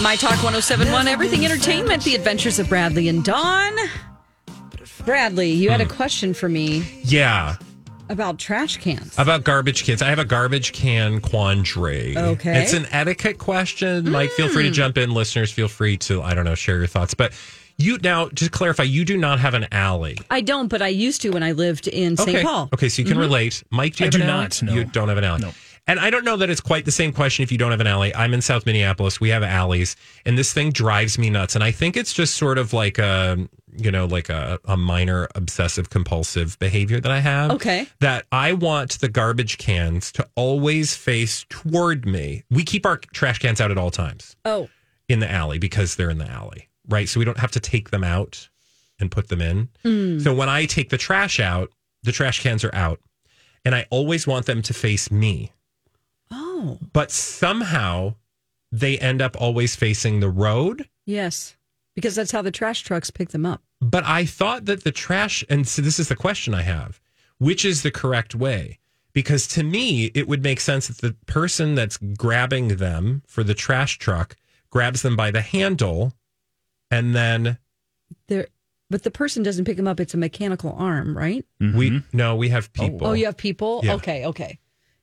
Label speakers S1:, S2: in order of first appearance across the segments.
S1: My Talk 1071, Everything Entertainment, The Adventures of Bradley and Dawn. Bradley, you had a
S2: Hmm.
S1: question for me
S2: Yeah,
S1: about trash cans.
S2: about garbage cans. I have a garbage can quandary.
S1: Okay.
S2: It's an etiquette question. Mike, feel free to jump in. Listeners, feel free to, I don't know, share your thoughts. But you, now, to clarify, you do not have an alley.
S1: I don't, but I used to when I lived in St.
S2: Okay.
S1: Paul. Mm-hmm.
S2: Okay, so you can relate. Mike, do you
S3: I
S2: have
S3: do
S2: an alley?
S3: not, no.
S2: You don't have an alley.
S3: No.
S2: And I don't know that it's quite the same question if you don't have an alley. I'm in South Minneapolis. We have alleys, and this thing drives me nuts. And I think it's just sort of like a, you know, like a, a minor obsessive compulsive behavior that I have.
S1: Okay.
S2: That I want the garbage cans to always face toward me. We keep our trash cans out at all times
S1: Oh,
S2: in the alley because they're in the alley, right? So we don't have to take them out and put them in. So when I take the trash out, the trash cans are out, and I always want them to face me.
S1: oh,
S2: But somehow they end up always facing the road.
S1: yes. Because that's how the trash trucks pick them up.
S2: But I thought that the trash, and so this is the question I have which is the correct way? Because to me, it would make sense that the person that's grabbing them for the trash truck grabs them by the handle and then
S1: They're, but the person doesn't pick them up. It's a mechanical arm, right?
S2: We no, we have people.
S1: Oh, you have people?
S2: Yeah.
S1: Okay, okay.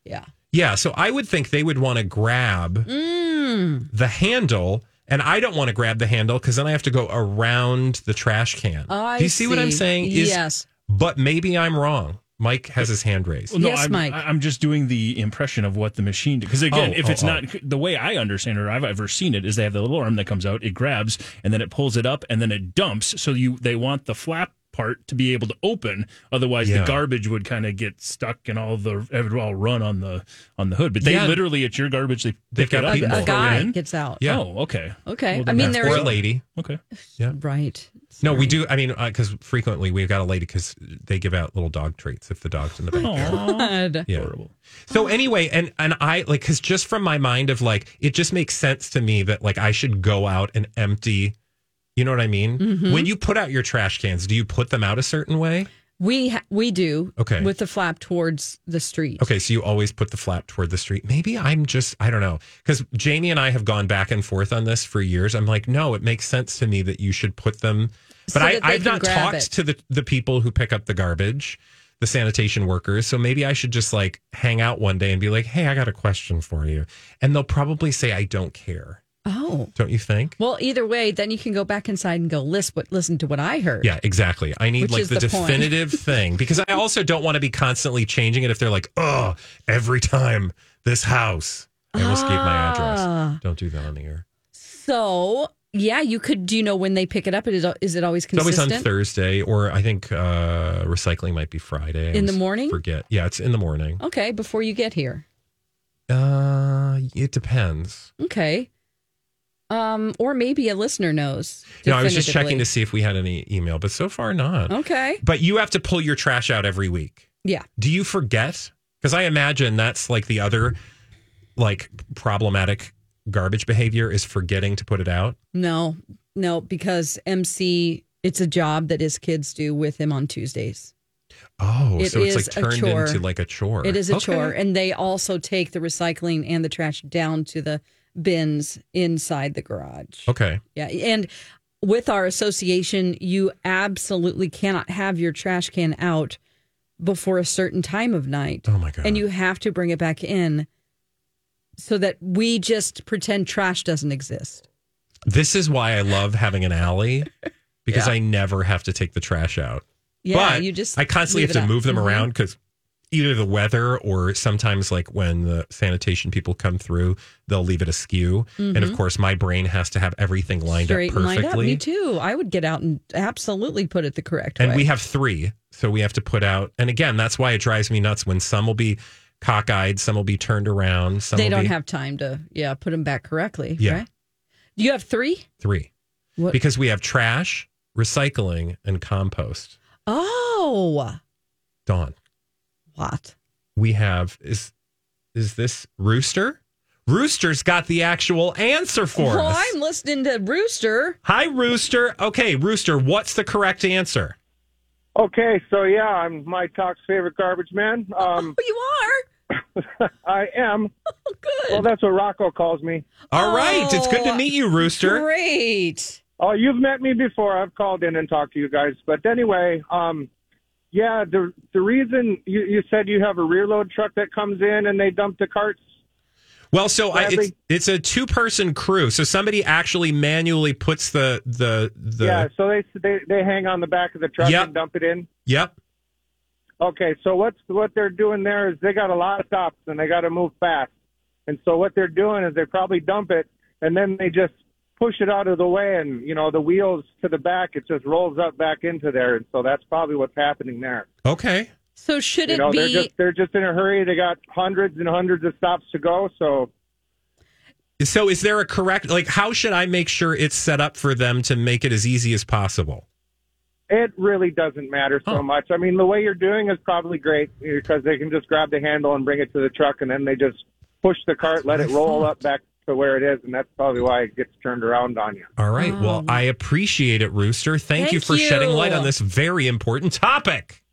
S1: Yeah.
S2: Yeah, so I would think they would want to grab
S1: Mm.
S2: the handle, and I don't want to grab the handle because then I have to go around the trash can.
S1: Oh, I
S2: Do you see, what I'm saying? Is-
S1: yes.
S2: but maybe I'm wrong. Mike has his hand raised.
S3: Well, no,
S1: Yes,
S3: I'm,
S1: Mike.
S3: I- I'm just doing the impression of what the machine Because again,
S2: Oh,
S3: if
S2: oh,
S3: it's
S2: oh.
S3: not the way I understand it, or I've ever seen it, is they have the little arm that comes out, it grabs, and then it pulls it up, and then it dumps. So you they want the flap part to be able to open. Otherwise,
S2: Yeah.
S3: the garbage would kind of get stuck, and all the it would all run on the on the hood. But they
S2: Yeah.
S3: literally at your garbage, they
S2: They've
S3: pick it
S2: got
S3: up
S2: people.
S3: and
S1: A
S3: throw it
S1: guy
S3: in?
S1: gets out.
S2: Yeah.
S3: Oh, okay.
S1: Okay. I
S3: then
S1: mean,
S3: that's
S1: there
S2: Or a
S1: is-
S3: fine.
S2: lady.
S3: Okay.
S1: Right.
S2: No, we do. I mean, because frequently we've got a lady because they give out little dog treats if the dog's in the
S3: Oh,
S2: backyard.
S3: Aw,
S1: God.
S2: Yeah.
S3: Horrible.
S2: So anyway, and and I like because just from my mind of like it just makes sense to me that like I should go out and empty. You know what I mean? When you put out your trash cans, do you put them out a certain way?
S1: We ha- we do
S2: Okay.
S1: with the flap towards the street.
S2: Okay, so you always put the flap toward the street. Maybe I'm just I don't know because Jamie and I have gone back and forth on this for years. I'm like, no, it makes sense to me that you should put them.
S1: So
S2: But I,
S1: that they
S2: I've
S1: can
S2: not
S1: grab
S2: talked
S1: it.
S2: to the the people who pick up the garbage, the sanitation workers. So maybe I should just like hang out one day and be like, hey, I got a question for you, and they'll probably say I don't care.
S1: Oh.
S2: Don't you think?
S1: Well, either way, then you can go back inside and go listen. But listen to what I heard.
S2: Yeah, exactly. I need
S1: Which
S2: like
S1: is
S2: the,
S1: the point.
S2: definitive thing because I also don't want to be constantly changing it if they're like, oh, every time this house, I almost gave my
S1: Ah.
S2: address. Don't do that on the air.
S1: So yeah, you could. Do you know when they pick it up? It is. Is it always
S2: It's
S1: consistent?
S2: always on Thursday, or I think uh, recycling might be Friday. I
S1: In the
S2: always
S1: morning?
S2: Forget. Yeah, it's in the morning.
S1: Okay, before you get here.
S2: Uh, it depends.
S1: Okay. Um, or maybe a listener knows.
S2: You know, I was just checking to
S1: definitively. Oh.
S2: see if we had any email, but so far not.
S1: Okay.
S2: But you have to pull your trash out every week.
S1: Yeah.
S2: do you forget? Because I imagine that's like the other like problematic garbage behavior is forgetting to put it out.
S1: No. No, because MC, it's a job that his kids do with him on Tuesdays.
S2: Oh,
S1: It
S2: so
S1: is
S2: it's like
S1: a
S2: turned
S1: chore.
S2: into like a chore.
S1: It is a
S2: Okay.
S1: chore, and they also take the recycling and the trash down to the bins inside the garage.
S2: Okay.
S1: Yeah, and with our association, you absolutely cannot have your trash can out before a certain time of night,
S2: Oh my god.
S1: and you have to bring it back in so that we just pretend trash doesn't exist.
S2: This is why I love having an alley because I never have to take the trash out.
S1: Yeah,
S2: but
S1: you just
S2: I constantly
S1: leave
S2: have
S1: it Mm-hmm.
S2: to
S1: up.
S2: move them around 'cause around because either the weather or sometimes like when the sanitation people come through, they'll leave it askew. And of course, my brain has to have everything lined
S1: Mm-hmm. straight
S2: up
S1: lined Mm-hmm. up.
S2: perfectly.
S1: Me too. I would get out and absolutely put it the correct
S2: And
S1: way.
S2: we have three, so we have to put out. And again, that's why it drives me nuts when some will be cockeyed, some will be turned around, some
S1: they
S2: will
S1: don't
S2: be
S1: have time to yeah put them back correctly.
S2: Yeah.
S1: Right? You have three.
S2: three
S1: What?
S2: because we have trash, recycling, and compost.
S1: oh,
S2: Dawn,
S1: what?
S2: we have is is this rooster? Rooster's got the actual answer for
S1: Well,
S2: us.
S1: I'm listening to Rooster.
S2: Hi, Rooster. Okay, Rooster, what's the correct answer?
S4: Okay, so yeah, I'm my talk's favorite garbage man. Um,
S1: Oh, you are.
S4: I am.
S1: Oh, good.
S4: Well, that's what Rocco calls me.
S2: All right, it's good to
S1: Oh,
S2: meet you, Rooster.
S1: Great.
S4: Oh, you've met me before. I've called in and talked to you guys. But anyway, um, yeah, the the reason you, you said you have a rear load truck that comes in and they dump the carts.
S2: Well, so I, it's
S4: Bradley?
S2: it's a two person crew, so somebody actually manually puts the the the
S4: yeah, so they they they hang on the back of the truck
S2: Uh-huh. Yep.
S4: and dump it in.
S2: yep.
S4: Okay, so what's what they're doing there is they got a lot of stops and they got to move fast. And so what they're doing is they probably dump it and then they just push it out of the way and you know the wheels to the back it just rolls up back into there and so that's probably what's happening there.
S2: Okay.
S1: So should
S4: You
S1: it
S4: know
S1: be?
S4: they're just they're just in a hurry. They got hundreds and hundreds of stops to go. So
S2: So is there a correct like how should I make sure it's set up for them to make it as easy as possible?
S4: it really doesn't matter so
S2: Huh.
S4: much. I mean the way you're doing is probably great because they can just grab the handle and bring it to the truck and then they just push the cart, let it roll up back to where it is, and that's probably why it gets turned around on you.
S2: All right. Well, I appreciate it, Rooster. Thank, you
S1: Um. Thank
S2: for shedding
S1: you.
S2: light on this very important topic.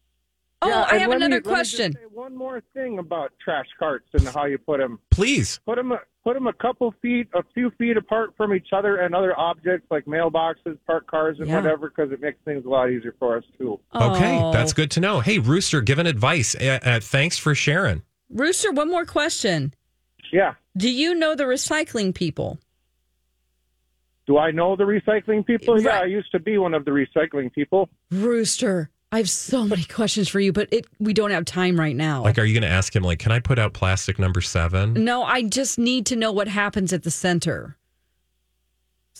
S1: oh,
S4: Yeah,
S1: I
S4: and
S1: have
S4: let me-
S1: another
S4: let me just
S1: question.
S4: say one more thing about trash carts and how you put them.
S2: Please.
S4: Put them, put them a couple feet, a few feet apart from each other and other objects like mailboxes, parked cars, and
S1: Yeah.
S4: whatever, because it makes things a lot easier for us too.
S2: Okay,
S1: Oh.
S2: that's good to know. Hey, Rooster, giving advice. Uh, uh, thanks for sharing.
S1: Rooster, one more question.
S4: Yeah.
S1: Do you know the recycling people?
S4: Do I know the recycling people? Yeah,
S1: Right.
S4: I used to be one of the recycling people.
S1: Rooster, I have so many questions for you, but it we don't have time right now.
S2: Like, are you going to ask him? Like, can I put out plastic number seven?
S1: no, I just need to know what happens at the center.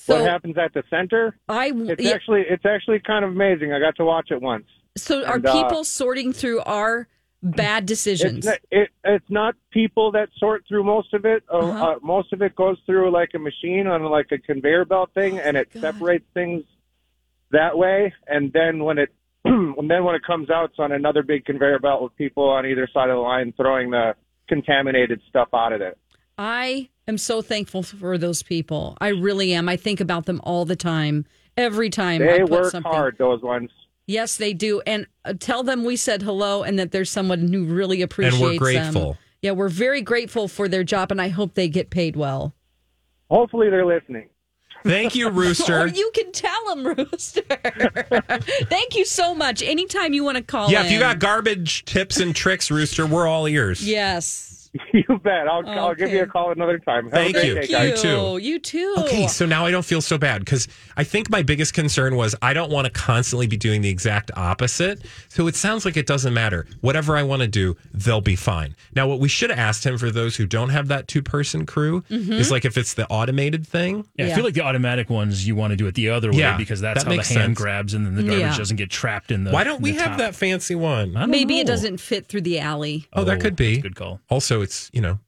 S4: what
S1: So
S4: happens at the center?
S1: I
S4: It's
S1: yeah,
S4: actually it's actually kind of amazing. I got to watch it once.
S1: so are
S4: and, uh,
S1: people sorting through our bad decisions?
S4: It's not, it, it's not people that sort through most of it. Uh,
S1: Uh-huh.
S4: uh, most of it goes through like a machine on like a conveyor belt thing, and it
S1: God.
S4: separates things that way. And then when it and then when it comes out, it's on another big conveyor belt with people on either side of the line throwing the contaminated stuff out of it.
S1: I am so thankful for those people. I really am. I think about them all the time. Every time I
S4: They
S1: put
S4: work
S1: something.
S4: hard, those ones.
S1: Yes, they do. And uh, tell them we said hello and that there's someone who really
S2: we're
S1: appreciates
S2: grateful.
S1: them. Yeah, we're very grateful for their job and I hope they get paid well.
S4: Hopefully, they're listening.
S2: Thank you, Rooster.
S1: Or Oh, you can tell them, Rooster. Thank you so much. Anytime you want to call
S2: yeah, if you
S1: in.
S2: got garbage tips and tricks, Rooster, we're all ears.
S1: Yes.
S4: you bet. I'll, I'll give
S1: Oh, Okay.
S4: you a call another time. Have
S2: Thank
S4: a great
S2: you.
S4: Day,
S2: Thank
S4: guys.
S2: you.
S1: You, you too.
S2: Okay, so now I don't feel so bad because I think my biggest concern was I don't want to constantly be doing the exact opposite. So it sounds like it doesn't matter. Whatever I want to do, they'll be fine. Now, what we should have asked him for those who don't have that two person crew is like if it's the automated thing.
S3: Yeah,
S1: Mm-hmm. Yeah.
S3: I feel like the automatic ones you want to do it the other way
S2: Yeah,
S3: because that's
S2: that
S3: how the
S2: makes
S3: hand
S2: sense.
S3: grabs and then the garbage
S1: Yeah.
S3: doesn't get trapped in the.
S2: Why don't
S3: in
S2: we
S3: the
S2: have
S3: top.
S2: that fancy one?
S3: I don't
S1: Maybe it
S3: know.
S1: doesn't fit through the alley.
S2: Oh, that could be.
S3: that's a Good call.
S2: Also, it's, you know,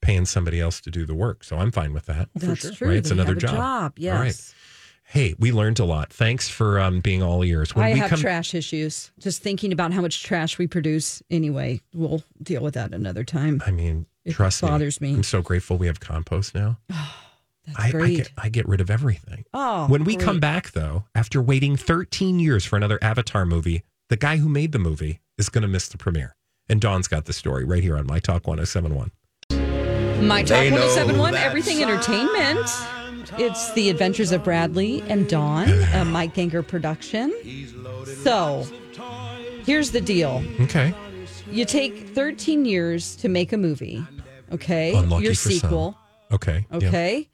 S2: paying somebody else to do the work. So I'm fine with that.
S1: That's true.
S2: Right? It's
S1: They
S2: another
S1: have a
S2: job.
S1: job.
S2: All right.
S1: Yes.
S2: Hey, we learned a lot. Thanks for um, being all ears.
S1: I have trash issues. Just thinking about how much trash we produce anyway. We'll deal with that another time.
S2: I mean,
S1: It
S2: trust me.
S1: bothers me.
S2: I'm so grateful we have compost now.
S1: That's
S2: I, I,
S1: great.
S2: get, I get rid of everything.
S1: oh,
S2: when we
S1: great.
S2: come back, though, after waiting 13 years for another Avatar movie, the guy who made the movie is going to miss the premiere. And Dawn's got the story right here on My Talk 1071.
S1: My Talk
S5: They know
S1: 1071,
S5: that
S1: Everything Entertainment. It's the adventures of Bradley and Dawn, a Mike Ganger production. So here's the deal
S2: Okay.
S1: you take 13 years to make a movie, Okay.
S2: Unlucky
S1: Your
S2: for
S1: sequel.
S2: some. Okay. yeah.
S1: Okay.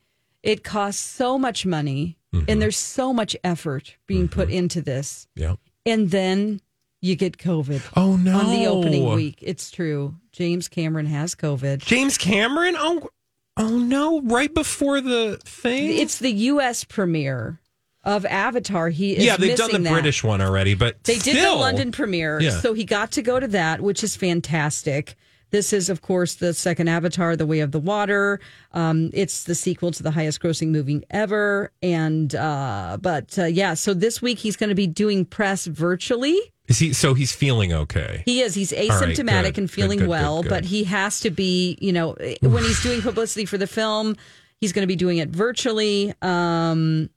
S1: It costs so much money
S2: Mm-hmm.
S1: and there's so much effort being put into this.
S2: Yeah.
S1: And then you get COVID
S2: Oh no.
S1: on the opening week. It's true. James Cameron has COVID.
S2: James Cameron. Oh, oh no! Right before the thing.
S1: It's the U.S. premiere of Avatar. He is
S2: yeah, they've done the
S1: missing that.
S2: British one already, but
S1: They did
S2: still,
S1: the London premiere,
S2: Yeah.
S1: so he got to go to that, which is fantastic. This is, of course, the second Avatar, The Way of the Water. Um, it's the sequel to the highest-grossing movie ever, and uh, but uh, yeah, so this week he's going to be doing press virtually.
S2: Is he? So he's feeling okay.
S1: He is. He's
S2: right,
S1: asymptomatic
S2: good,
S1: and feeling
S2: good, good,
S1: well,
S2: good,
S1: but
S2: good.
S1: he has to be, you know, when he's doing publicity for the film, he's going to be doing it virtually. Um,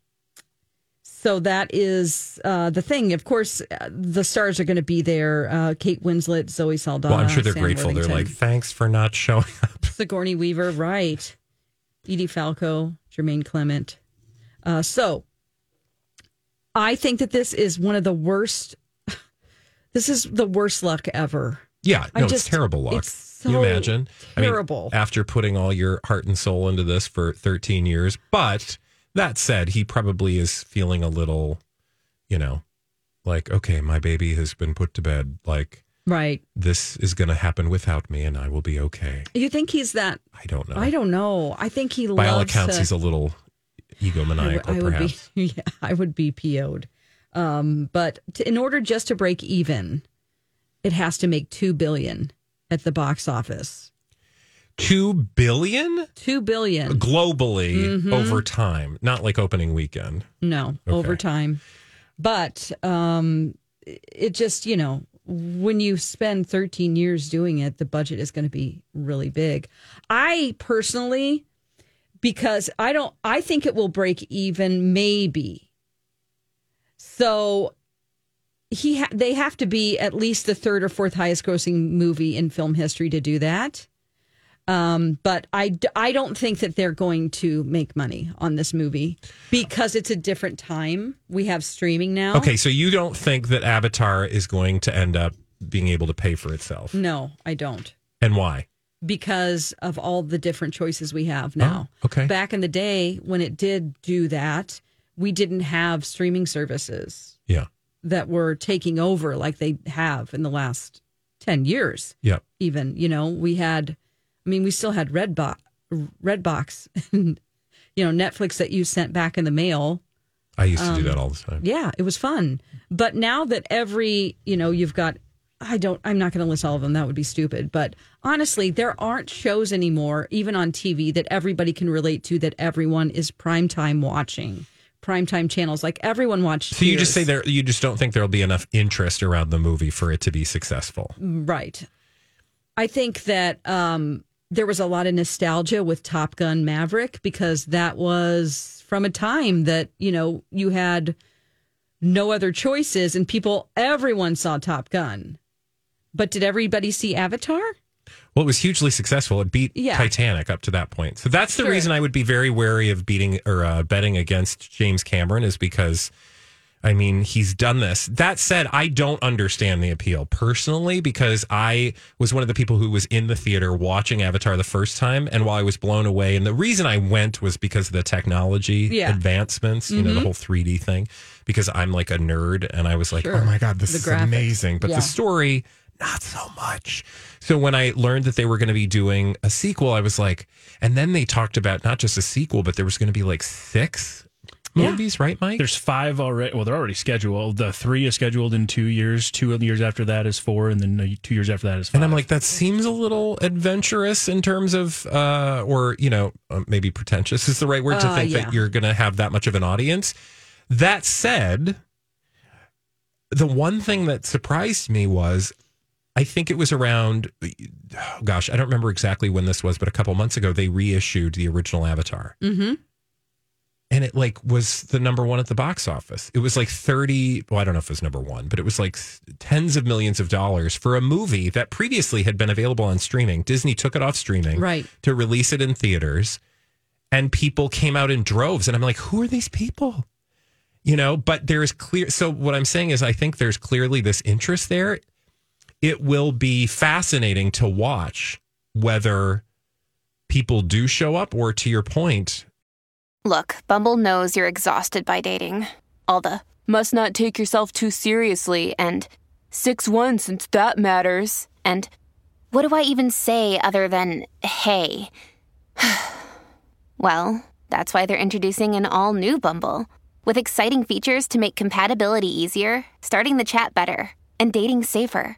S1: so that is uh, the thing. Of course, uh, the stars are going to be there. Uh, Kate Winslet, Zoe Saldana.
S2: well, I'm sure they're
S1: Sam
S2: grateful. They're like,
S1: Worthington,
S2: thanks for not showing up.
S1: Sigourney Weaver, right? Edie Falco, Jermaine Clement. Uh, so I think that this is one of the worst. This is the worst luck ever.
S2: Yeah,
S1: I
S2: no, it's
S1: just-
S2: terrible luck.
S1: it's
S2: Can you
S1: so
S2: imagine?
S1: terrible.
S2: I mean, after putting all your heart and soul into this for 13 years, but that said, he probably is feeling a little, you know, like okay, my baby has been put to bed. Like
S1: Right.
S2: this is going to happen without me, and I will be okay.
S1: You think he's that?
S2: I don't know.
S1: I don't know. I think he
S2: Uh, By
S1: loves
S2: all accounts,
S1: to,
S2: he's a little
S1: I
S2: egomaniacal,
S1: w- I would
S2: perhaps.
S1: be. Yeah, I would be PO'd. Um, but to, in order just to break even, it has to make two billion at the box office.
S2: Two billion
S1: Two billion.
S2: globally
S1: Mm-hmm.
S2: over time, not like opening weekend.
S1: No,
S2: Okay.
S1: overtime. But um, it just, you know, when you spend 13 years doing it, the budget is going to be really big. I personally, because I don't, I think it will break even maybe. So he ha- they have to be at least the third or fourth highest grossing movie in film history to do that. Um, but I, d- I don't think that they're going to make money on this movie because it's a different time. We have streaming now.
S2: Okay, so you don't think that Avatar is going to end up being able to pay for itself,
S1: No, I don't.
S2: and why?
S1: Because of all the different choices we have now.
S2: Oh, okay.
S1: Back in the day when it did do that, we didn't have streaming services
S2: Yeah,
S1: that were taking over like they have in the last 10 years.
S2: yeah.
S1: even you know we had i mean we still had redbox redbox and you know netflix that you sent back in the mail
S2: I used to do that all the time.
S1: yeah it was fun but now that every you know you've got i don't i'm not going to list all of them that would be stupid but honestly there aren't shows anymore even on tv that everybody can relate to that everyone is primetime watching primetime channels like everyone watched
S2: So you just say
S1: Cheers.
S2: there, you just don't think there'll be enough interest around the movie for it to be successful.
S1: Right. I think that um, there was a lot of nostalgia with Top Gun Maverick because that was from a time that, you know, you had no other choices and people, everyone saw Top Gun. But did everybody see Avatar?
S2: Well, it was hugely successful. It beat
S1: Yeah.
S2: Titanic up to that point. So that's the
S1: Sure.
S2: reason I would be very wary of beating or uh, betting against James Cameron is because, I mean, he's done this. That said, I don't understand the appeal personally because I was one of the people who was in the theater watching Avatar the first time. And while I was blown away, and the reason I went was because of the technology
S1: Yeah. Mm-hmm.
S2: advancements, you know, the whole 3D thing, because I'm like a nerd and I was like,
S1: Sure.
S2: oh my God, this
S1: The
S2: is
S1: graphics.
S2: amazing. But
S1: Yeah.
S2: the story, not so much. So when I learned that they were going to be doing a sequel, I was like, and then they talked about not just a sequel, but there was going to be like six movies, right, Mike?
S3: There's five already. Well, they're already scheduled. The three is scheduled in two years. Two years after that is four, and then uh, two years after that is five.
S2: and I'm like, that seems a little adventurous in terms of, uh, or you know, uh, maybe pretentious is the right word to
S1: Uh,
S2: think
S1: yeah.
S2: that you're going to have that much of an audience. That said, the one thing that surprised me was I think it was around, oh gosh, I don't remember exactly when this was, but a couple months ago, they reissued the original Avatar.
S1: Mm-hmm.
S2: And it like was the number one at the box office. It was like 30, well, I don't know if it was number one, but it was like s- tens of millions of dollars for a movie that previously had been available on streaming. Disney took it off streaming
S1: Right.
S2: to release it in theaters and people came out in droves and i'm like who are these people you know but there is clear so what i'm saying is i think there's clearly this interest there it will be fascinating to watch whether people do show up, or to your point,
S5: Look, Bumble knows you're exhausted by dating. All the must not take yourself too seriously and 6 1 since that matters. And what do I even say other than hey? well, that's why they're introducing an all new Bumble with exciting features to make compatibility easier, starting the chat better, and dating safer.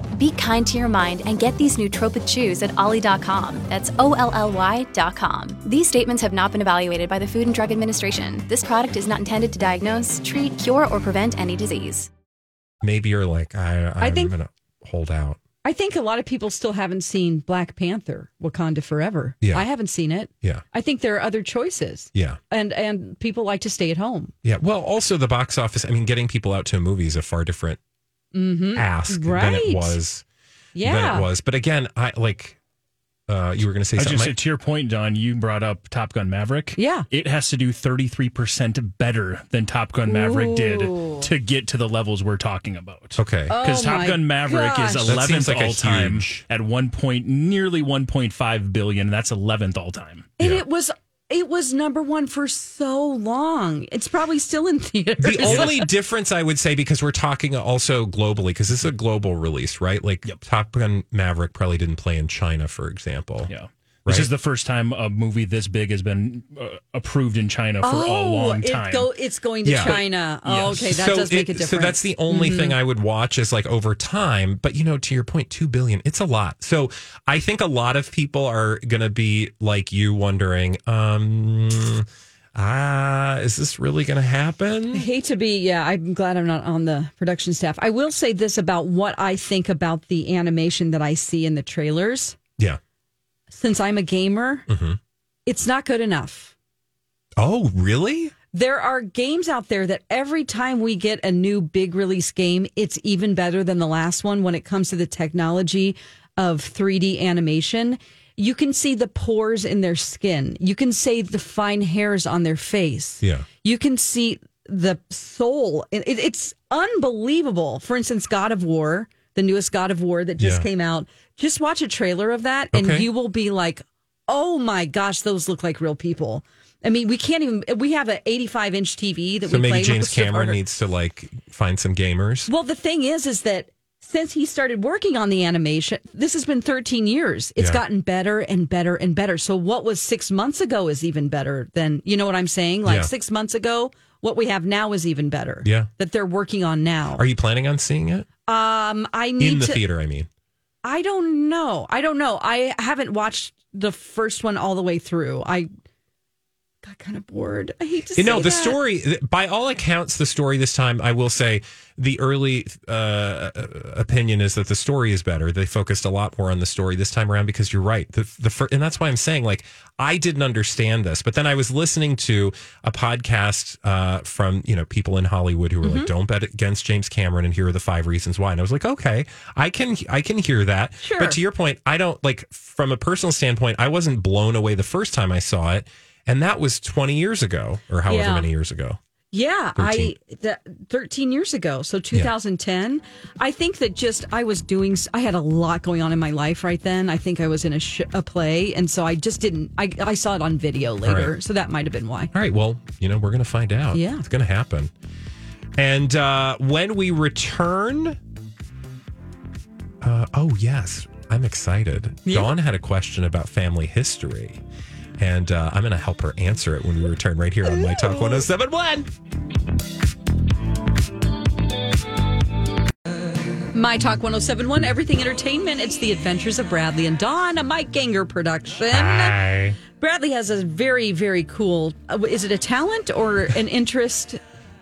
S6: Be kind to your mind and get these nootropic chews at ollie.com. That's O L L Y.com. These statements have not been evaluated by the Food and Drug Administration. This product is not intended to diagnose, treat, cure, or prevent any disease.
S2: maybe you're like, I, I'm
S1: I think-
S2: going to hold out.
S1: I think a lot of people still haven't seen Black Panther, Wakanda Forever.
S2: Yeah.
S1: I haven't seen it.
S2: Yeah.
S1: I think there are other choices.
S2: Yeah.
S1: And and people like to stay at home.
S2: Yeah. Well, also the box office. I mean, getting people out to a movie is a far different ask than
S1: Mm-hmm. Right.
S2: it was. Than
S1: Yeah.
S2: it was. But again, I like. Uh, you were going to say
S3: I
S2: something.
S3: just
S2: Mike?
S3: said to your point, Don. You brought up Top Gun Maverick.
S1: Yeah.
S3: it has to do thirty three percent better than Top Gun Maverick
S1: Ooh.
S3: did to get to the levels we're talking about.
S2: okay.
S3: Because
S1: Oh
S3: Top
S1: my
S3: Gun Maverick
S1: gosh.
S3: is
S1: That
S2: seems
S3: 11th
S2: like a
S3: all time
S2: huge-
S3: at one point, nearly 1.5 billion. and That's 11th all time.
S1: And
S2: Yeah.
S1: it was it was number one for so long. It's probably still in theaters.
S2: The only difference I would say, because we're talking also globally, because this is a global release, right? Like Top Gun Maverick probably didn't play in China, for example.
S3: Yeah. This
S2: Right.
S3: is the first time a movie this big has been uh, approved in China for a long time.
S1: Oh, It go, it's going to
S2: Yeah.
S1: China. Oh,
S3: Yes.
S1: okay, that does make
S2: it-
S1: a difference. Mm-hmm.
S2: So that's the only thing I would watch is like over time. But you know, to your point, two billion, it's a lot. So I think a lot of people are gonna be like you wondering, um ah, is this really gonna
S1: I
S2: happen?
S1: hate to be, yeah, I'm glad I'm not on the production staff. I will say this about what I think about the animation that I see in the trailers.
S2: Yeah.
S1: Since I'm a gamer,
S2: Mm-hmm.
S1: it's not good enough.
S2: Oh, really?
S1: There are games out there that every time we get a new big release game, it's even better than the last one when it comes to the technology of 3D animation. You can see the pores in their skin. You can see the fine hairs on their face.
S2: Yeah.
S1: You can see the soul. It, it- it's unbelievable. For instance, God of War, the newest God of War that just
S2: Yeah.
S1: came out. Just watch a trailer of that and
S2: Okay.
S1: you will be like, oh my gosh, those look like real people. I mean, we can't even, we have an 85 inch TV that
S2: So
S1: we
S2: maybe
S1: play
S2: James
S1: most of
S2: Cameron
S1: our-
S2: needs to like find some gamers.
S1: Well, the thing is, is that since he started working on the animation, this has been 13 years. It's
S2: Yeah.
S1: gotten better and better and better. So what was six months ago is even better than, you know what I'm saying? Like
S2: Yeah.
S1: six months ago, what we have now is even better.
S2: Yeah.
S1: That they're working on now.
S2: Are you planning on seeing it?
S1: um, I need
S2: In the
S1: to,
S2: theater, I mean.
S1: I don't know. I don't know. I haven't watched the first one all the way through. I got kind of bored. I hate to say
S2: You know, the
S1: that.
S2: story, by all accounts, the story this time, I will say the early uh, opinion is that the story is better. They focused a lot more on the story this time around because you're right. The, the fir- And that's why I'm saying, like, I didn't understand this. But then I was listening to a podcast uh, from, you know, people in Hollywood who were
S1: Mm-hmm.
S2: like, don't bet against James Cameron and here are the five reasons why. And I was like, okay, I can, I can hear that.
S1: Sure.
S2: But to your point, I don't like from a personal standpoint, I wasn't blown away the first time I saw it. And that was 20 years ago or however
S1: Yeah.
S2: many years ago.
S1: Yeah,
S2: 13.
S1: I th- 13 years ago, so 2010. I think that just I was doing s- I had a lot going on in my life right then. I think I was in a sh- a play and so I just didn't I I saw it on video later, so that might have been why.
S2: All right. Well, you know, we're going to find out.
S1: Yeah.
S2: It's going to happen. And uh, when we return. Uh, oh, yes. I'm excited. Dawn had a question about family history. And uh, I'm going to help her answer it when we return right here on My oh Talk 1071.
S1: My Talk 1071 Everything Entertainment, it's the Adventures of Bradley and Dawn, a Mike Ganger production.
S2: Ah, Hi.
S1: Bradley has a very very cool uh, is it a talent or an interest?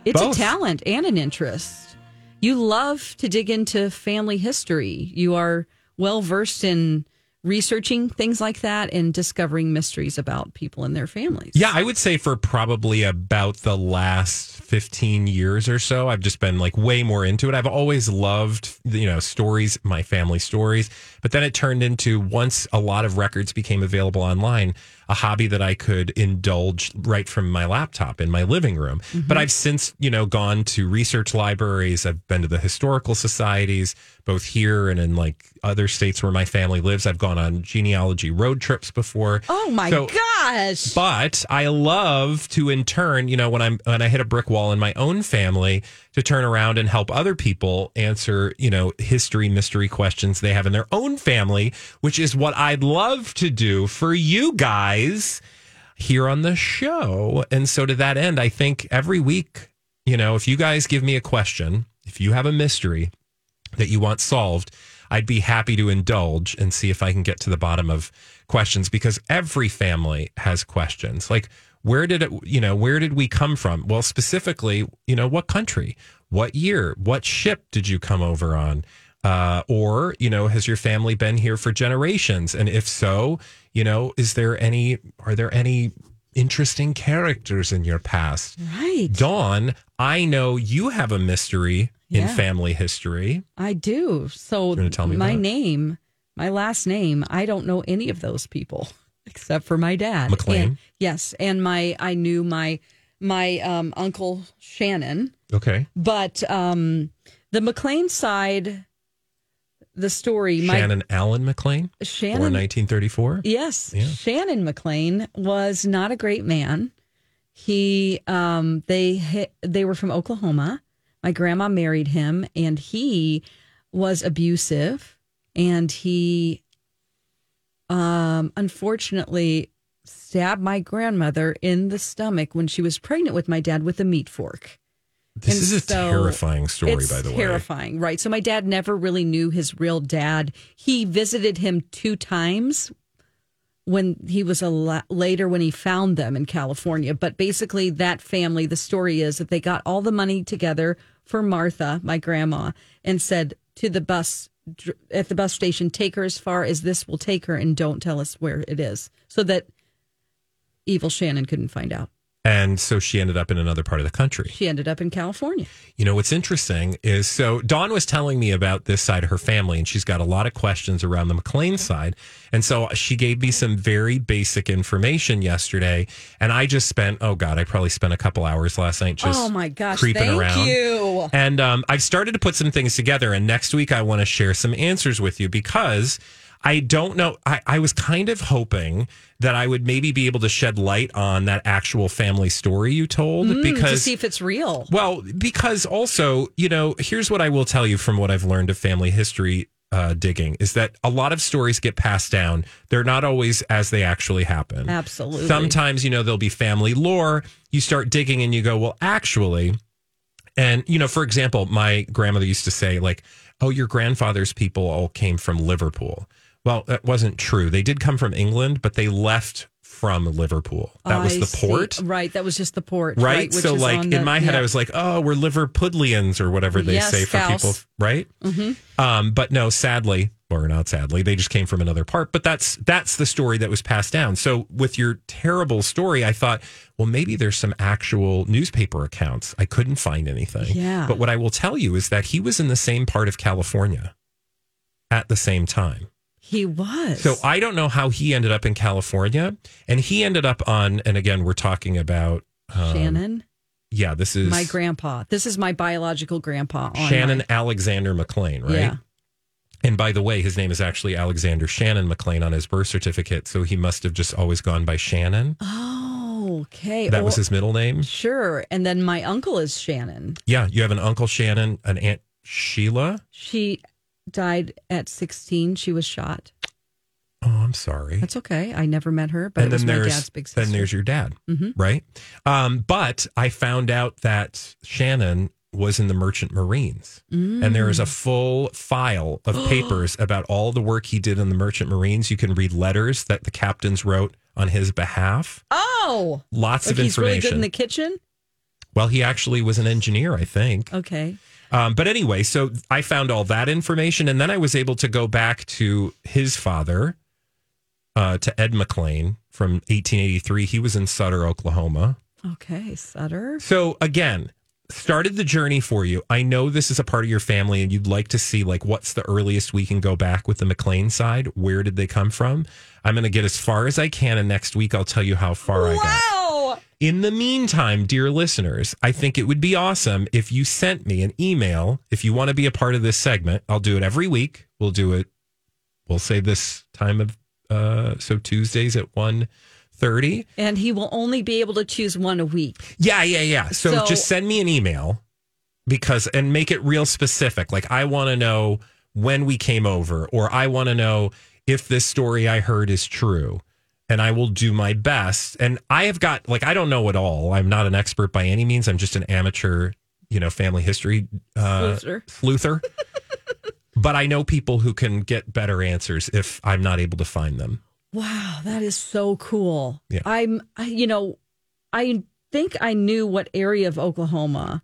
S1: It's
S2: Both.
S1: a talent and an interest. You love to dig into family history. You are well versed in researching things like that and discovering mysteries about people and their families.
S2: Yeah, I would say for probably about the last 15 years or so, I've just been like way more into it. I've always loved, you know, stories, my family stories, but then it turned into once a lot of records became available online, a hobby that I could indulge right from my laptop in my living room.
S1: Mm-hmm.
S2: But I've since, you know, gone to research libraries, I've been to the historical societies, both here and in like other states where my family lives. I've gone on genealogy road trips before.
S1: Oh my
S2: So-
S1: gosh.
S2: but I love to in turn, you know, when I'm when I hit a brick wall in my own family, to turn around and help other people answer, you know, history mystery questions they have in their own family, which is what I'd love to do for you guys here on the show. And so to that end, I think every week, you know, if you guys give me a question, if you have a mystery that you want solved, I'd be happy to indulge and see if I can get to the bottom of questions because every family has questions. Like, where did it, you know, where did we come from? Well, specifically, you know, what country, what year, what ship did you come over on? Uh, or, you know, has your family been here for generations? And if so, you know, is there any, are there any interesting characters in your past?
S1: right.
S2: Dawn, I know you have a mystery in
S1: Yeah.
S2: family history.
S1: I do. So
S2: wanna tell me
S1: my
S2: about it?
S1: name, my last name, I don't know any of those people except for my dad.
S2: McLean?
S1: And- yes, and my I knew my my um, uncle Shannon,
S2: Okay.
S1: but um, the McLean side, the story,
S2: Shannon Allen McLean,
S1: my
S2: born
S1: Shannon,
S2: 1934.
S1: yes,
S2: Yeah.
S1: Shannon McLean was not a great man. He um, they hit, they were from Oklahoma. My grandma married him, and he was abusive and he um unfortunately stabbed my grandmother in the stomach when she was pregnant with my dad with a meat fork.
S2: This
S1: And
S2: is a
S1: so-
S2: terrifying story,
S1: It's
S2: by the way.
S1: Terrifying, right? So my dad never really knew his real dad. He visited him two times when he was a la- later when he found them in California. But basically, that family, the story is that they got all the money together for Martha, my grandma, and said to the bus dr- at the bus station, "Take her as far as this will take her, and don't tell us where it is," so that evil Shannon couldn't find out.
S2: And so she ended up in another part of the country.
S1: She ended up in California.
S2: You know, what's interesting is so Dawn was telling me about this side of her family, and she's got a lot of questions around the McLean side. And so she gave me some very basic information yesterday. And I just spent, oh God, I probably spent a couple hours last night just
S1: oh my gosh!
S2: creeping
S1: thank
S2: around.
S1: you.
S2: And um, I've started to put some things together. And next week, I want to share some answers with you because I don't know. I, I was kind of hoping that I would maybe be able to shed light on that actual family story you told
S1: Mm, to
S2: because
S1: see if it's real.
S2: well, because also, you know, here's what I will tell you from what I've learned of family history uh, digging is that a lot of stories get passed down. They're not always as they actually happen.
S1: Absolutely.
S2: Sometimes, you know, there'll be family lore. You start digging and you go, well, actually, and, you know, for example, my grandmother used to say, like, oh, your grandfather's people all came from Liverpool. Well, that wasn't true. They did come from England, but they left from Liverpool. That was
S1: Oh, I
S2: the
S1: see.
S2: port
S1: Right. That was just the port.
S2: right?
S1: Right.
S2: so,
S1: is
S2: like
S1: on
S2: in
S1: the-
S2: my head,
S1: yeah.
S2: I was like, "Oh, we're Liverpudlians or whatever they
S1: Yes, Mm-hmm.
S2: say for
S1: Scouse.
S2: people, right?" Um, but no, sadly, or not sadly, they just came from another part. But that's that's the story that was passed down. So, with your terrible story, I thought, well, maybe there's some actual newspaper accounts. I couldn't find anything.
S1: Yeah.
S2: But what I will tell you is that he was in the same part of California at the same time.
S1: he was.
S2: So I don't know how he ended up in California, and he ended up on. And again, we're talking about. um,
S1: Shannon,
S2: yeah, this is
S1: my grandpa. This is my biological grandpa. On
S2: Shannon
S1: my-
S2: Alexander McLean, right?
S1: Yeah.
S2: And by the way, his name is actually Alexander Shannon McLean on his birth certificate, so he must have just always gone by Shannon.
S1: Oh, okay.
S2: That was
S1: Well,
S2: his middle name.
S1: Sure. And then my uncle is Shannon.
S2: Yeah, you have an uncle Shannon, an aunt Sheila.
S1: She died at 16. She was shot.
S2: Oh, I'm sorry.
S1: That's okay. I never met her, but it was my dad's big sister. Mm-hmm.
S2: then there's your dad, right? Um, but I found out that Shannon was in the Merchant Marines, and there
S1: Mm.
S2: is a full file of papers about all the work he did in the Merchant Marines. You can read letters that the captains wrote on his behalf.
S1: oh,
S2: Lots
S1: like
S2: of
S1: he's really
S2: information.
S1: good in the kitchen.
S2: well, he actually was an engineer, I think.
S1: Okay.
S2: Um, but anyway, so I found all that information, and then I was able to go back to his father, uh, to Ed McLean from 1883. He was in Sutter, Oklahoma.
S1: Okay, Sutter.
S2: So again, started the journey for you. I know this is a part of your family and you'd like to see like what's the earliest we can go back with the McLean side? Where did they come from? I'm going to get as far as I can and next week I'll tell you how far I got.
S1: Wow.
S2: In the meantime, dear listeners, I think it would be awesome if you sent me an email. If you want to be a part of this segment, I'll do it every week. We'll do it. We'll say this time of uh, so Tuesdays at one thirty.
S1: And he will only be able to choose one a week.
S2: Yeah, yeah, yeah. So,
S1: So-
S2: just send me an email because and make it real specific. Like I want to know when we came over, or I want to know if this story I heard is true. And I will do my best. And I have got like I don't know it all. I'm not an expert by any means. I'm just an amateur, you know, family history uh,
S1: Loser.
S2: sleuther. but I know people who can get better answers if I'm not able to find them.
S1: Wow, that is so cool.
S2: Yeah.
S1: I'm, I- you know, I think I knew what area of Oklahoma,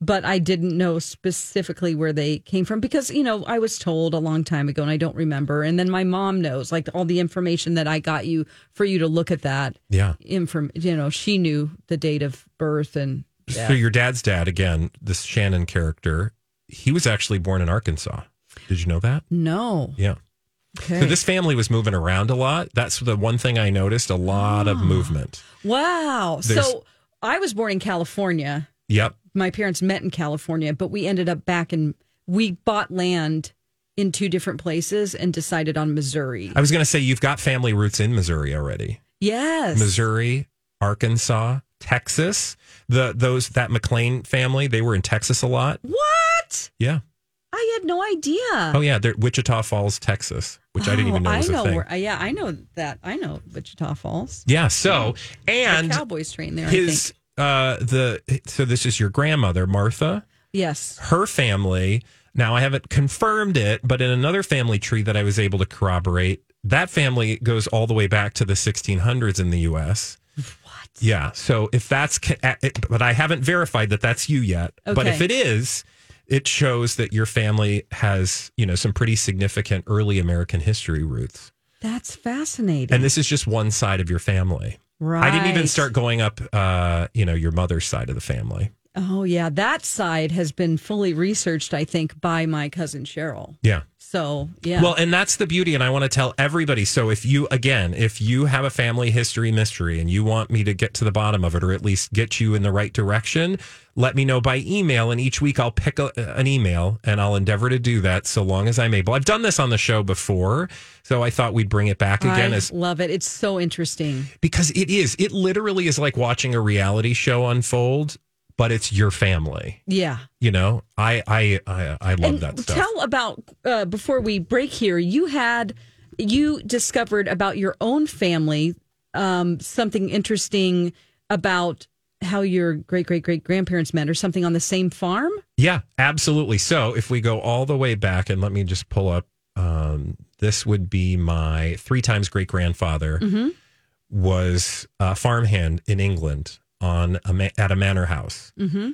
S1: but I didn't know specifically where they came from because, you know, I was told a long time ago and I don't remember. And then my mom knows like all the information that I got you for you to look at that.
S2: Yeah.
S1: Inform, you know, she knew the date of birth and
S2: So your dad's dad again, this Shannon character, he was actually born in Arkansas. Did you know that?
S1: no.
S2: Yeah.
S1: Okay.
S2: So this family was moving around a lot. That's the one thing I noticed, a lot
S1: Ah.
S2: of movement.
S1: wow.
S2: There's-
S1: So I was born in California.
S2: Yep.
S1: my parents met in California, but we ended up back in we bought land in two different places and decided on Missouri.
S2: I was going to say you've got family roots in Missouri already.
S1: Yes.
S2: Missouri, Arkansas, Texas. The those that McLean family, they were in Texas a lot.
S1: What?
S2: Yeah.
S1: I had no idea.
S2: Oh yeah, they're Wichita Falls, Texas, which I didn't
S1: Uh-huh. Oh,
S2: even know
S1: I
S2: was
S1: know
S2: a thing.
S1: where- yeah, I know that. I know Wichita Falls.
S2: yeah, so
S1: the
S2: and
S1: Cowboys train there. I
S2: his
S1: think.
S2: uh the so this is your grandmother, Martha.
S1: Yes.
S2: her family. Now I haven't confirmed it, but in another family tree that I was able to corroborate, that family goes all the way back to the 1600s in the U.S. What? Yeah. So if that's, ca- uh, it- but I haven't verified that that's you yet. But
S1: Okay.
S2: if it is, it shows that your family has, you know, some pretty significant early American history roots.
S1: That's fascinating.
S2: And this is just one side of your family.
S1: right.
S2: I didn't even start going up, uh, you know, your mother's side of the family.
S1: Oh yeah, that side has been fully researched, I think, by my cousin Cheryl.
S2: Yeah.
S1: So yeah.
S2: Well, and that's the beauty, and I want to tell everybody. So, if you again, if you have a family history mystery and you want me to get to the bottom of it, or at least get you in the right direction, let me know by email. And each week, I'll pick a, an email and I'll endeavor to do that so long as I'm able. I've done this on the show before, so I thought we'd bring it back again
S1: I
S2: as
S1: love it. It's so interesting.
S2: because it is. It literally is like watching a reality show unfold, but it's your family.
S1: Yeah.
S2: You know, I I I, I love
S1: And
S2: that stuff.
S1: Tell about uh, before we break here. You had you discovered about your own family um, something interesting about how your great great great grandparents met, or something on the same farm.
S2: Yeah, absolutely. So if we go all the way back, and let me just pull up, um, this would be my three times great grandfather
S1: Mm.
S2: was a farmhand in England on a ma- at a manor house.
S1: Mm-hmm.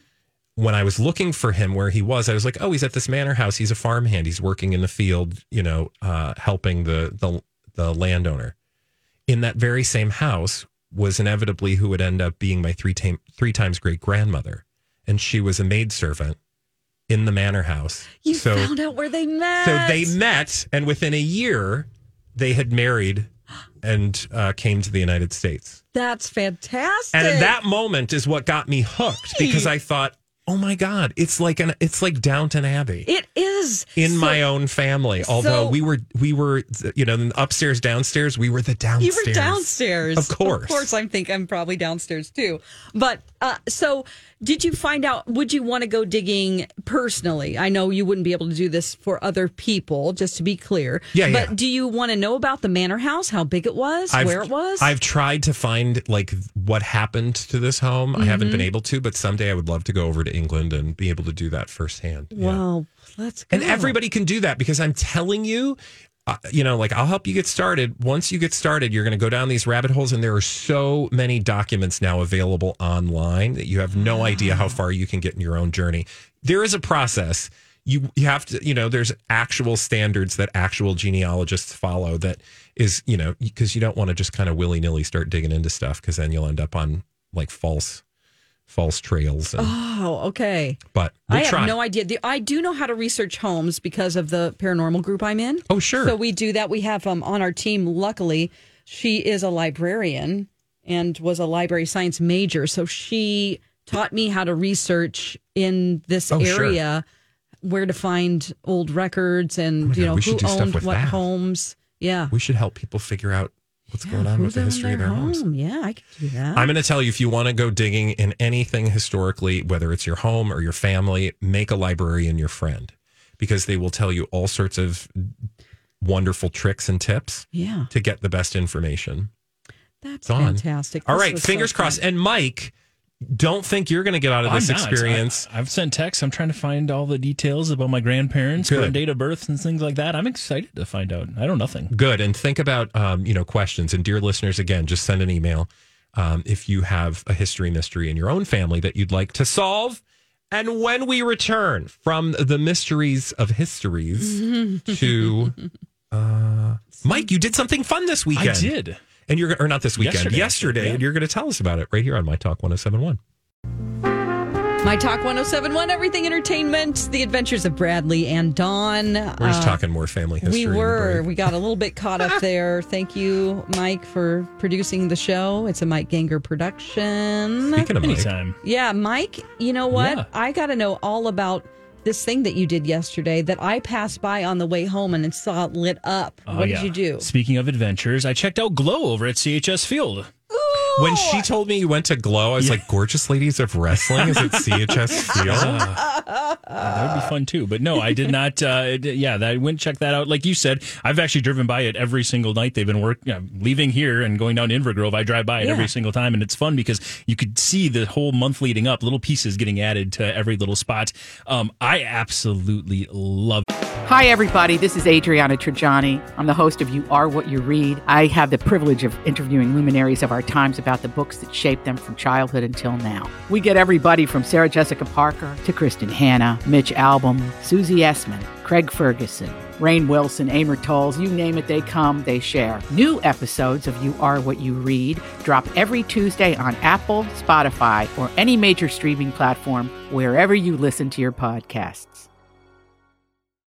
S2: When I was looking for him where he was, I was like, oh, he's at this manor house. He's a farmhand. He's working in the field, you know, uh, helping the the the landowner. In that very same house was inevitably who would end up being my three tam- three times great grandmother, and she was a maidservant in the manor house.
S1: You
S2: so
S1: found out where they met.
S2: so they met, and within a year, they had married and uh, came to the United States.
S1: That's fantastic.
S2: And that moment is what got me hooked because I thought, oh my god, it's like an it's like Downton Abbey
S1: it is
S2: in
S1: So
S2: my own family. Although
S1: so-
S2: we were we were you know upstairs downstairs we were the
S1: You
S2: downstairs.
S1: were downstairs,
S2: Of course.
S1: Of course, I think I'm probably downstairs too. But uh, so, did you find out? Would you want to go digging personally? I know you wouldn't be able to do this for other people, just to be clear.
S2: Yeah,
S1: But
S2: yeah.
S1: do you want to know about the manor house? How big it was? where it was?
S2: I've tried to find like what happened to this home. I
S1: Mm-hmm.
S2: haven't been able to, but someday I would love to go over to England and be able to do that firsthand. Yeah.
S1: Well, let's go.
S2: And everybody can do that because I'm telling you, uh, you know, like I'll help you get started. Once you get started, you're going to go down these rabbit holes, and there are so many documents now available online that you have no idea how far you can get in your own journey. There is a process. you you have to you know there's actual standards that actual genealogists follow that is you know because you don't want to just kind of willy nilly start digging into stuff because then you'll end up on like false false trails. And,
S1: Oh, okay.
S2: but we'll
S1: I have
S2: try.
S1: no idea. The, I do know how to research homes because of the paranormal group I'm in.
S2: Oh sure.
S1: So we do that. We have um, on our team, luckily, she is a librarian and was a library science major. So she taught me how to research in this
S2: Oh, sure.
S1: area where to find old records
S2: Oh
S1: and,
S2: my
S1: you
S2: God,
S1: know,
S2: we
S1: who
S2: should do stuff
S1: owned
S2: with
S1: what
S2: that.
S1: homes. Yeah.
S2: we should help people figure out what's going on
S1: Who's
S2: with the
S1: owned
S2: history of their homes.
S1: home? Yeah, I could do that.
S2: I'm going to tell you if you want to go digging in anything historically, whether it's your home or your family, make a librarian your friend because they will tell you all sorts of wonderful tricks and tips
S1: yeah.
S2: to get the best information.
S1: That's
S2: Dawn.
S1: fantastic.
S2: All
S1: This
S2: right,
S1: was so
S2: fingers
S1: fun. Oh,
S2: crossed. And Mike, don't think you're going to get out of
S3: I'm
S2: this
S3: not.
S2: experience.
S3: I, have sent texts. I'm trying to find all the details about my grandparents,
S2: Good.
S3: birth, date of birth, and things like that. I'm excited to find out. I know nothing.
S2: Good. And think about um, you know questions. And dear listeners, again, just send an email um, if you have a history mystery in your own family that you'd like to solve. And when we return from the mysteries of histories to uh, Mike, you did something fun this weekend.
S3: I did.
S2: and you're or not this weekend, yesterday,
S3: Yesterday. Yeah.
S2: and you're going to tell us about it right here on My Talk 1071.
S1: My Talk 1071, Everything Entertainment, The Adventures of Bradley and Dawn.
S2: We're just
S1: Uh,
S2: talking more family history.
S1: We
S2: in the
S1: were.
S2: break.
S1: We got a little bit caught up there. Thank you, Mike, for producing the show. It's a Mike Ganger production.
S2: Speaking of Mike,
S3: Anytime.
S1: yeah, Mike, you know what?
S3: Yeah.
S1: I got to know all about this thing that you did yesterday that I passed by on the way home and saw it lit up.
S3: Oh,
S1: what
S3: yeah.
S1: did you do?
S3: Speaking of adventures, I checked out Glow over at CHS Field.
S2: when she told me you went to Glow, I was like, "Gorgeous ladies of wrestling is at CHS Field."
S3: that would be fun too. But no, I did not. Uh, it- yeah, that, I went and checked that out. Like you said, I've actually driven by it every single night. They've been working, you know, leaving here and going down to Invergrove. I drive by it
S1: Yeah.
S3: every single time, and it's fun because you could see the whole month leading up, little pieces getting added to every little spot. Um, I absolutely love.
S7: Hi, everybody. This is Adriana Trajani. I'm the host of You Are What You Read. I have the privilege of interviewing luminaries of our times about the books that shaped them from childhood until now. We get everybody from Sarah Jessica Parker to Kristen Hanna, Mitch Albom, Susie Essman, Craig Ferguson, Rain Wilson, Amor Tolls, you name it, they come, they share. New episodes of You Are What You Read drop every Tuesday on Apple, Spotify, or any major streaming platform wherever you listen to your podcasts.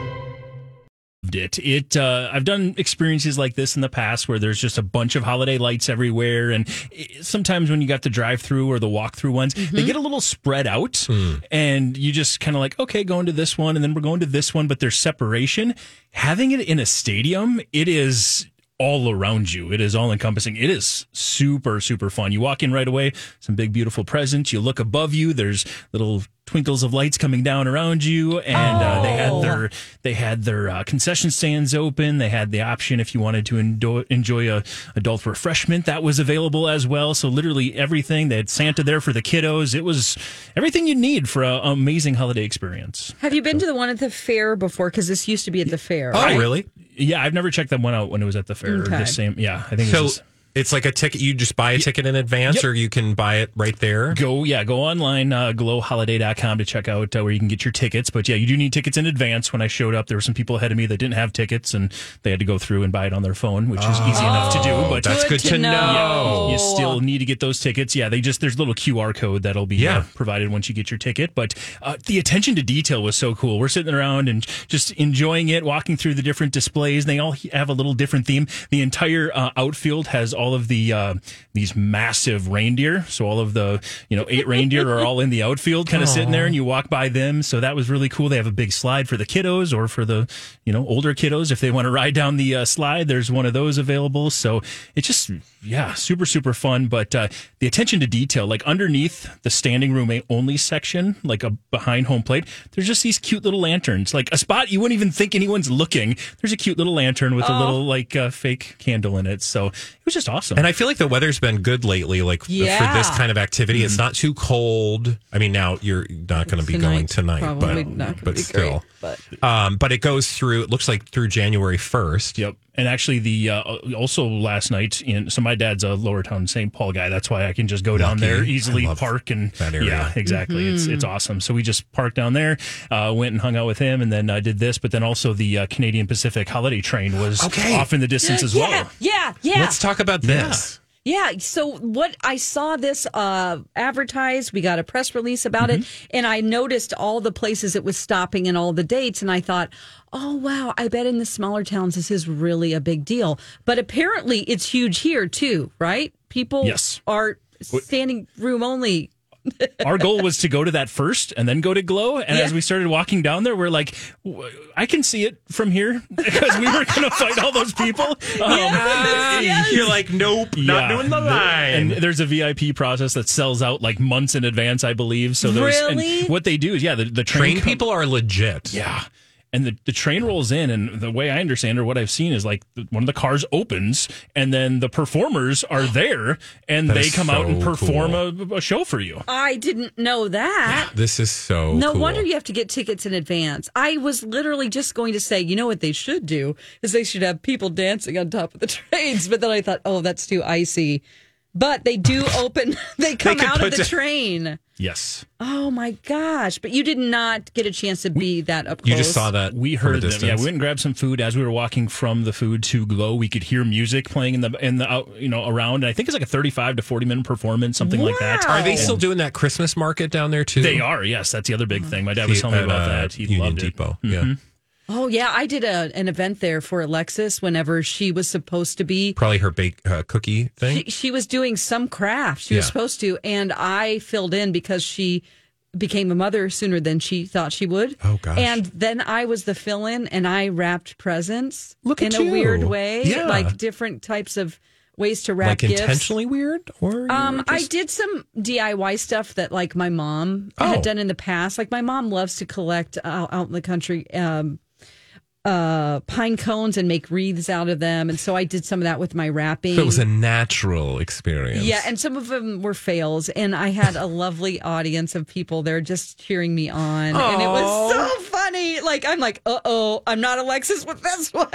S3: loved it. It uh, I've done experiences like this in the past where there's just a bunch of holiday lights everywhere, and it, sometimes when you got the drive through or the walk through ones, they get a little spread out, and you just kind of like okay, going to this one, and then we're going to this one, but there's separation. Having it in a stadium, it is. All around you. It is all encompassing. It is super, super fun. You walk in right away, some big, beautiful presents. You look above you, there's little twinkles of lights coming down around you. And uh, they had their they had their uh, concession stands open. They had the option if you wanted to endo- enjoy a adult refreshment that was available as well. So literally everything. They had Santa there for the kiddos. It was everything you need for an amazing holiday experience.
S1: Have you been to the one at the fair before? Because this used to be at the fair.
S2: Oh,
S1: right?
S2: really?
S3: Yeah, I've never checked that one out when it was at the fair. Or
S1: Okay.
S3: the same. Yeah, I think it
S2: So
S3: was just
S2: it's like a ticket. You just buy a ticket in advance,
S3: Yep.
S2: or you can buy it right there.
S3: go yeah go online uh, glowholiday.com to check out uh, where you can get your tickets but yeah you do need tickets in advance when i showed up there were some people ahead of me that didn't have tickets and they had to go through and buy it on their phone which is easy enough to do but
S2: Ah. that's good, to know.
S3: Yeah, you still need to get those tickets. Yeah, they just there's a little QR code that'll be
S2: Yeah.
S3: uh, provided once you get your ticket. But uh, the attention to detail was so cool. We're sitting around and just enjoying it, walking through the different displays. They all have a little different theme. The entire uh, outfield has all of the uh, these massive reindeer. So all of the you know eight reindeer are all in the outfield, kind of sitting there, and you walk by them. So that was really cool. They have a big slide for the kiddos or for the you know older kiddos if they want to ride down the uh, slide. There's one of those available. So it's just yeah, super super fun. But uh, the attention to detail, like underneath the standing room only section, like a behind home plate, there's just these cute little lanterns, like a spot you wouldn't even think anyone's looking. There's a cute little lantern with a little like uh, fake candle in it. So it was just awesome.
S2: And I feel like the weather's been good lately, like for this
S1: Yeah. Mm-hmm.
S2: kind of activity. It's not too cold. I mean, now you're not going to be going tonight,
S1: probably
S2: but,
S1: not gonna
S2: but
S1: be
S2: still.
S1: great,
S2: Um, but it goes through, it looks like through January 1st.
S3: Yep. And actually, the uh, also last night, in, so my dad's a lower town St. Paul guy. That's why I can just go down
S2: Lucky.
S3: there
S2: I
S3: easily,
S2: love
S3: park and
S2: that area.
S3: yeah, exactly. It's it's awesome. So we just parked down there, uh, went and hung out with him, and then I did this. But then also the uh, Canadian Pacific Holiday Train was
S2: Okay.
S3: off in the distance as
S1: yeah,
S3: well.
S1: yeah, yeah.
S2: Let's talk about this.
S1: Yeah. So what I saw this uh, advertised, we got a press release about
S2: Mm-hmm.
S1: it, and I noticed all the places it was stopping and all the dates, and I thought, oh wow, I bet in the smaller towns this is really a big deal. But apparently, it's huge here too, right? People
S3: Yes.
S1: are standing room only.
S3: Our goal was to go to that first and then go to Glow. And as we started walking down there, we're like, "W- I can see it from here because we were going to fight all those people. Um,
S2: Oh, You're like, nope, not
S3: Yeah.
S2: doing the
S3: There-
S2: line.
S3: And there's a VIP process that sells out like months in advance, I believe. So there's
S1: Really?
S3: and what they do is yeah, the, the train,
S2: Train
S3: com-
S2: people are legit.
S3: Yeah. And the, the train rolls in, and the way I understand or what I've seen is like the- one of the cars opens, and then the performers are there, and
S2: That
S3: they
S2: is
S3: come out and
S2: so
S3: perform a, a show for you.
S1: I didn't know that.
S2: This is so
S1: No
S2: cool.
S1: wonder you have to get tickets in advance. I was literally just going to say, you know what they should do is they should have people dancing on top of the trains. But then I thought, oh, that's too icy. But they do open, they come
S2: could
S1: out
S2: put
S1: of the
S2: a-
S1: train.
S3: Yes.
S1: Oh my gosh. But you did not get a chance to be that up close.
S2: You just saw that.
S3: We
S2: from a
S3: heard them. Yeah,
S2: distance.
S3: we went and grabbed some food as we were walking from the food to Glow. We could hear music playing in the in the out, you know around. And I think it's like a thirty-five to forty-minute performance, something like that.
S1: Wow.
S2: Are they
S3: And
S2: still doing that Christmas market down there too?
S3: They are. Yes, that's the other big thing. My dad was telling me
S2: At,
S3: about
S2: uh,
S3: that. He
S2: Union
S3: loved
S2: Depot.
S3: it.
S2: Yeah.
S3: Mhm.
S1: Oh, yeah. I did a, an event there for Alexis whenever she was supposed to be
S2: Probably her bake uh, cookie thing.
S1: She, she was doing some craft. She was
S2: Yeah.
S1: supposed to, and I filled in because she became a mother sooner than she thought she would.
S2: Oh, gosh.
S1: And then I was the fill in, and I wrapped presents.
S2: Look
S1: in
S2: at
S1: a
S2: you.
S1: weird way,
S2: Yeah.
S1: like different types of ways to wrap
S2: like
S1: gifts.
S2: intentionally weird or you
S1: Um,
S2: were
S1: I
S2: just-
S1: did some DIY stuff that like my mom
S2: Oh.
S1: had done in the past. Like my mom loves to collect out, out in the country um, uh, pine cones and make wreaths out of them, and so I did some of that with my wrapping.
S2: So it was a natural experience.
S1: Yeah, and some of them were fails, and I had a lovely audience of people there just cheering me on, and it was so funny. Like I'm like, uh oh, I'm not Alexis with this one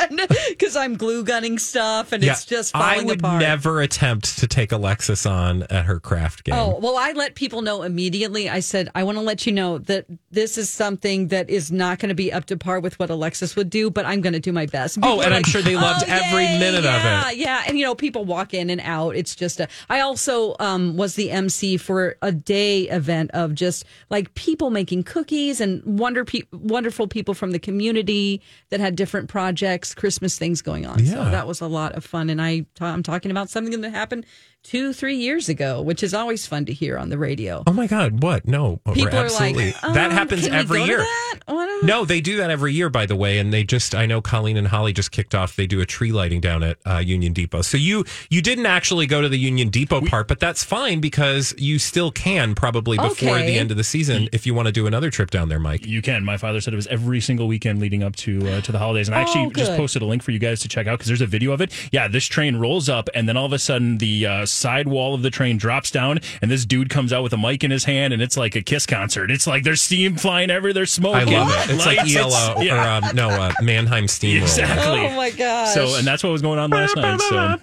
S1: because I'm glue gunning stuff, and
S2: Yeah,
S1: it's just
S2: I
S1: falling
S2: would
S1: apart.
S2: never attempt to take Alexis on at her craft game.
S1: Oh well, I let people know immediately. I said I want to let you know that this is something that is not going to be up to par with what Alexis would do, but I'm going to do my best.
S2: Oh,
S1: people
S2: and
S1: are "Oh,
S2: I'm sure they loved every minute of
S1: yeah,
S2: it."
S1: Yeah, and you know, people walk in and out. It's just a. I also um, was the MC for a day event of just like people making cookies and wonder pe- wonderful people from the community that had different projects, Christmas things going on. So
S2: Yeah.
S1: that was a lot of fun, and I t- I'm talking about something that happened two three years ago, which is always fun to hear on the radio.
S2: Oh my God! What? No, Oh, we're
S1: People are
S2: absolutely.
S1: like, um,
S2: that happens
S1: can we
S2: every
S1: go to
S2: year.
S1: that? Why don't-
S2: No, they do that every year, by the way. And they just—I know Colleen and Holly just kicked off. They do a tree lighting down at uh, Union Depot. So you you didn't actually go to the Union Depot part, but that's fine because you still can probably before
S1: Okay.
S2: the end of the season if you want to do another trip down there, Mike.
S3: You can. My father said it was every single weekend leading up to uh, to the holidays, and I actually
S1: Oh,
S3: just
S1: good.
S3: posted a link for you guys to check out because there's a video of it. Yeah, this train rolls up, and then all of a sudden the uh, side wall of the train drops down, and this dude comes out with a mic in his hand, and it's like a Kiss concert. It's like there's steam flying everywhere, there's smoke.
S2: I love
S3: and
S2: it. It's like
S3: lights.
S2: ELO
S3: yeah,
S2: or um, no uh, Mannheim Steamroller.
S3: exactly.
S1: Oh my gosh!
S3: So, and that's what was going on last night. So.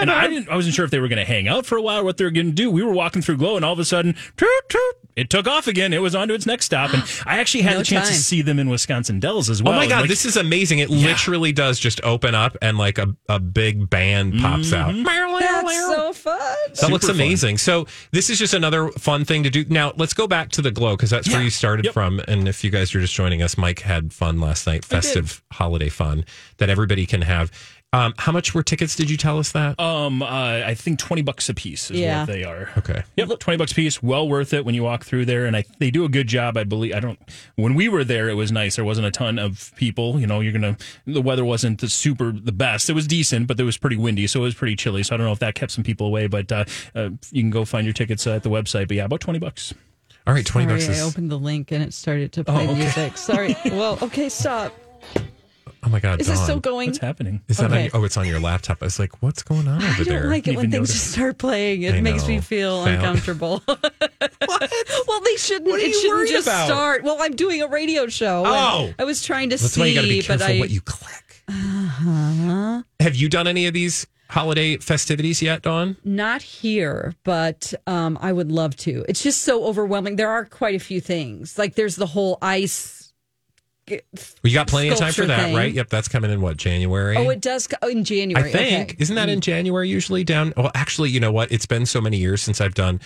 S3: And I didn't. I wasn't sure if they were going to hang out for a while, what they were going to do. We were walking through Glow, and all of a sudden, toot, toot, it took off again. It was on to its next stop, and I actually had
S1: No
S3: the chance
S1: time.
S3: to see them in Wisconsin Dells as
S2: Oh
S3: well.
S2: my
S3: And,
S2: god,
S3: like,
S2: this is amazing! It literally does just open up and like a, a big band pops out.
S1: that's so fun.
S2: That looks
S3: Mm-hmm. Super fun.
S2: amazing. So this is just another fun thing to do. Now let's go back to the glow because that's where
S3: Yeah.
S2: you started
S3: Yep.
S2: from. And if you guys are just joining us, Mike had fun last night, festive holiday fun that everybody can have. Um, how much were tickets? Did you tell us that?
S3: Um, uh, I think twenty bucks a piece is
S1: Yeah.
S3: what they are.
S2: Okay.
S3: Yep, twenty bucks a piece. Well worth it when you walk through there, and I they do a good job. I believe. I don't. When we were there, it was nice. There wasn't a ton of people. You know, you're gonna. The weather wasn't the super the best. It was decent, but it was pretty windy, so it was pretty chilly. So I don't know if that kept some people away, but uh, uh, you can go find your tickets uh, at the website. But yeah, about twenty bucks.
S2: All right, twenty
S1: Sorry,
S2: bucks.
S1: I
S2: Is,
S1: opened the link and it started to play
S3: Oh, okay.
S1: music. Sorry. well, okay, stop.
S2: oh my God,
S1: Is this
S2: Dawn.
S1: still going?
S3: What's happening?
S2: Is that on
S1: Okay.
S2: your, oh, it's on your laptop. I was like, what's going on over
S1: I
S2: there?
S1: don't like it
S3: Even
S1: when things
S3: notice.
S1: just start playing. It
S2: I
S1: makes me
S2: know.
S1: feel
S2: Found-
S1: uncomfortable. well, they shouldn't.
S2: What are
S1: it
S2: you
S1: shouldn't
S2: worried
S1: just
S2: about?
S1: start. Well, I'm doing a radio show. and
S2: Oh.
S1: I was trying to
S2: That's
S1: see,
S2: why you got to be
S1: but
S2: careful
S1: I Uh-huh.
S2: what you click. Have you done any of these holiday festivities yet, Dawn?
S1: not here, but um, I would love to. It's just so overwhelming. There are quite a few things. Like there's the whole ice. oh,
S2: Well, you got plenty of time for
S1: Sculpture
S2: that,
S1: thing.
S2: right? Yep, that's coming in what January.
S1: Oh, it does co- oh, in January.
S2: I think
S1: Okay. Mm.
S2: isn't that in January usually down? Well, actually, you know what? It's been so many years since I've done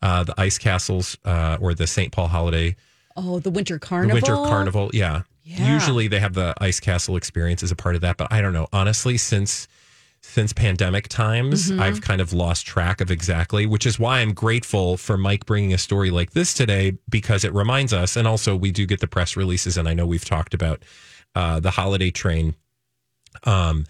S2: uh, the ice castles uh, or the St. Paul holiday,
S1: Oh, the winter
S2: the
S1: carnival.
S2: winter carnival. Yeah.
S1: Yeah.
S2: usually they have the ice castle experience as a part of that. But I don't know, honestly, since since pandemic times,
S1: Mm-hmm.
S2: I've kind of lost track of exactly, which is why I'm grateful for Mike bringing a story like this today because it reminds us, and also we do get the press releases, and I know we've talked about uh, the holiday train. Um,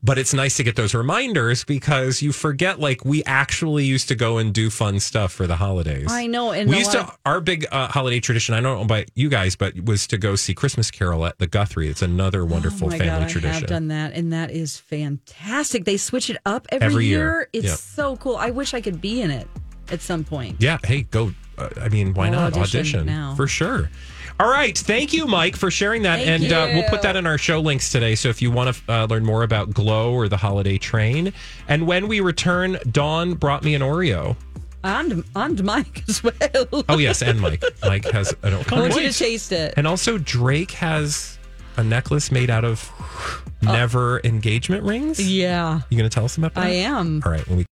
S2: but it's nice to get those reminders because you forget like we actually used to go and do fun stuff for the holidays.
S1: I know, and
S2: we
S1: a
S2: used
S1: lot
S2: to our big uh, holiday tradition. I don't know about you guys, but was to go see Christmas Carol at the Guthrie. It's another wonderful
S1: oh my
S2: family
S1: God, I
S2: tradition.
S1: have done that, and that is fantastic. They switch it up every,
S2: Every year.
S1: It's
S2: Yeah.
S1: so cool. I wish I could be in it at some point.
S2: yeah, hey, go. Uh, I mean, why
S1: I'll
S2: not
S1: audition
S2: audition,
S1: now.
S2: for sure? All right, thank you, Mike, for sharing that,
S1: Thank
S2: and Uh, we'll
S1: you.
S2: put that in our show links today. So if you want to uh, learn more about Glow or the Holiday Train, and when we return, Dawn brought me an Oreo.
S1: And and Mike as well. I
S2: Oh yes, and Mike. Mike has an Oreo.
S1: want you to taste it.
S2: And also, Drake has a necklace made
S1: Uh,
S2: out of never engagement rings.
S1: Yeah,
S2: You going to tell us about that?
S1: I am.
S2: All right. When we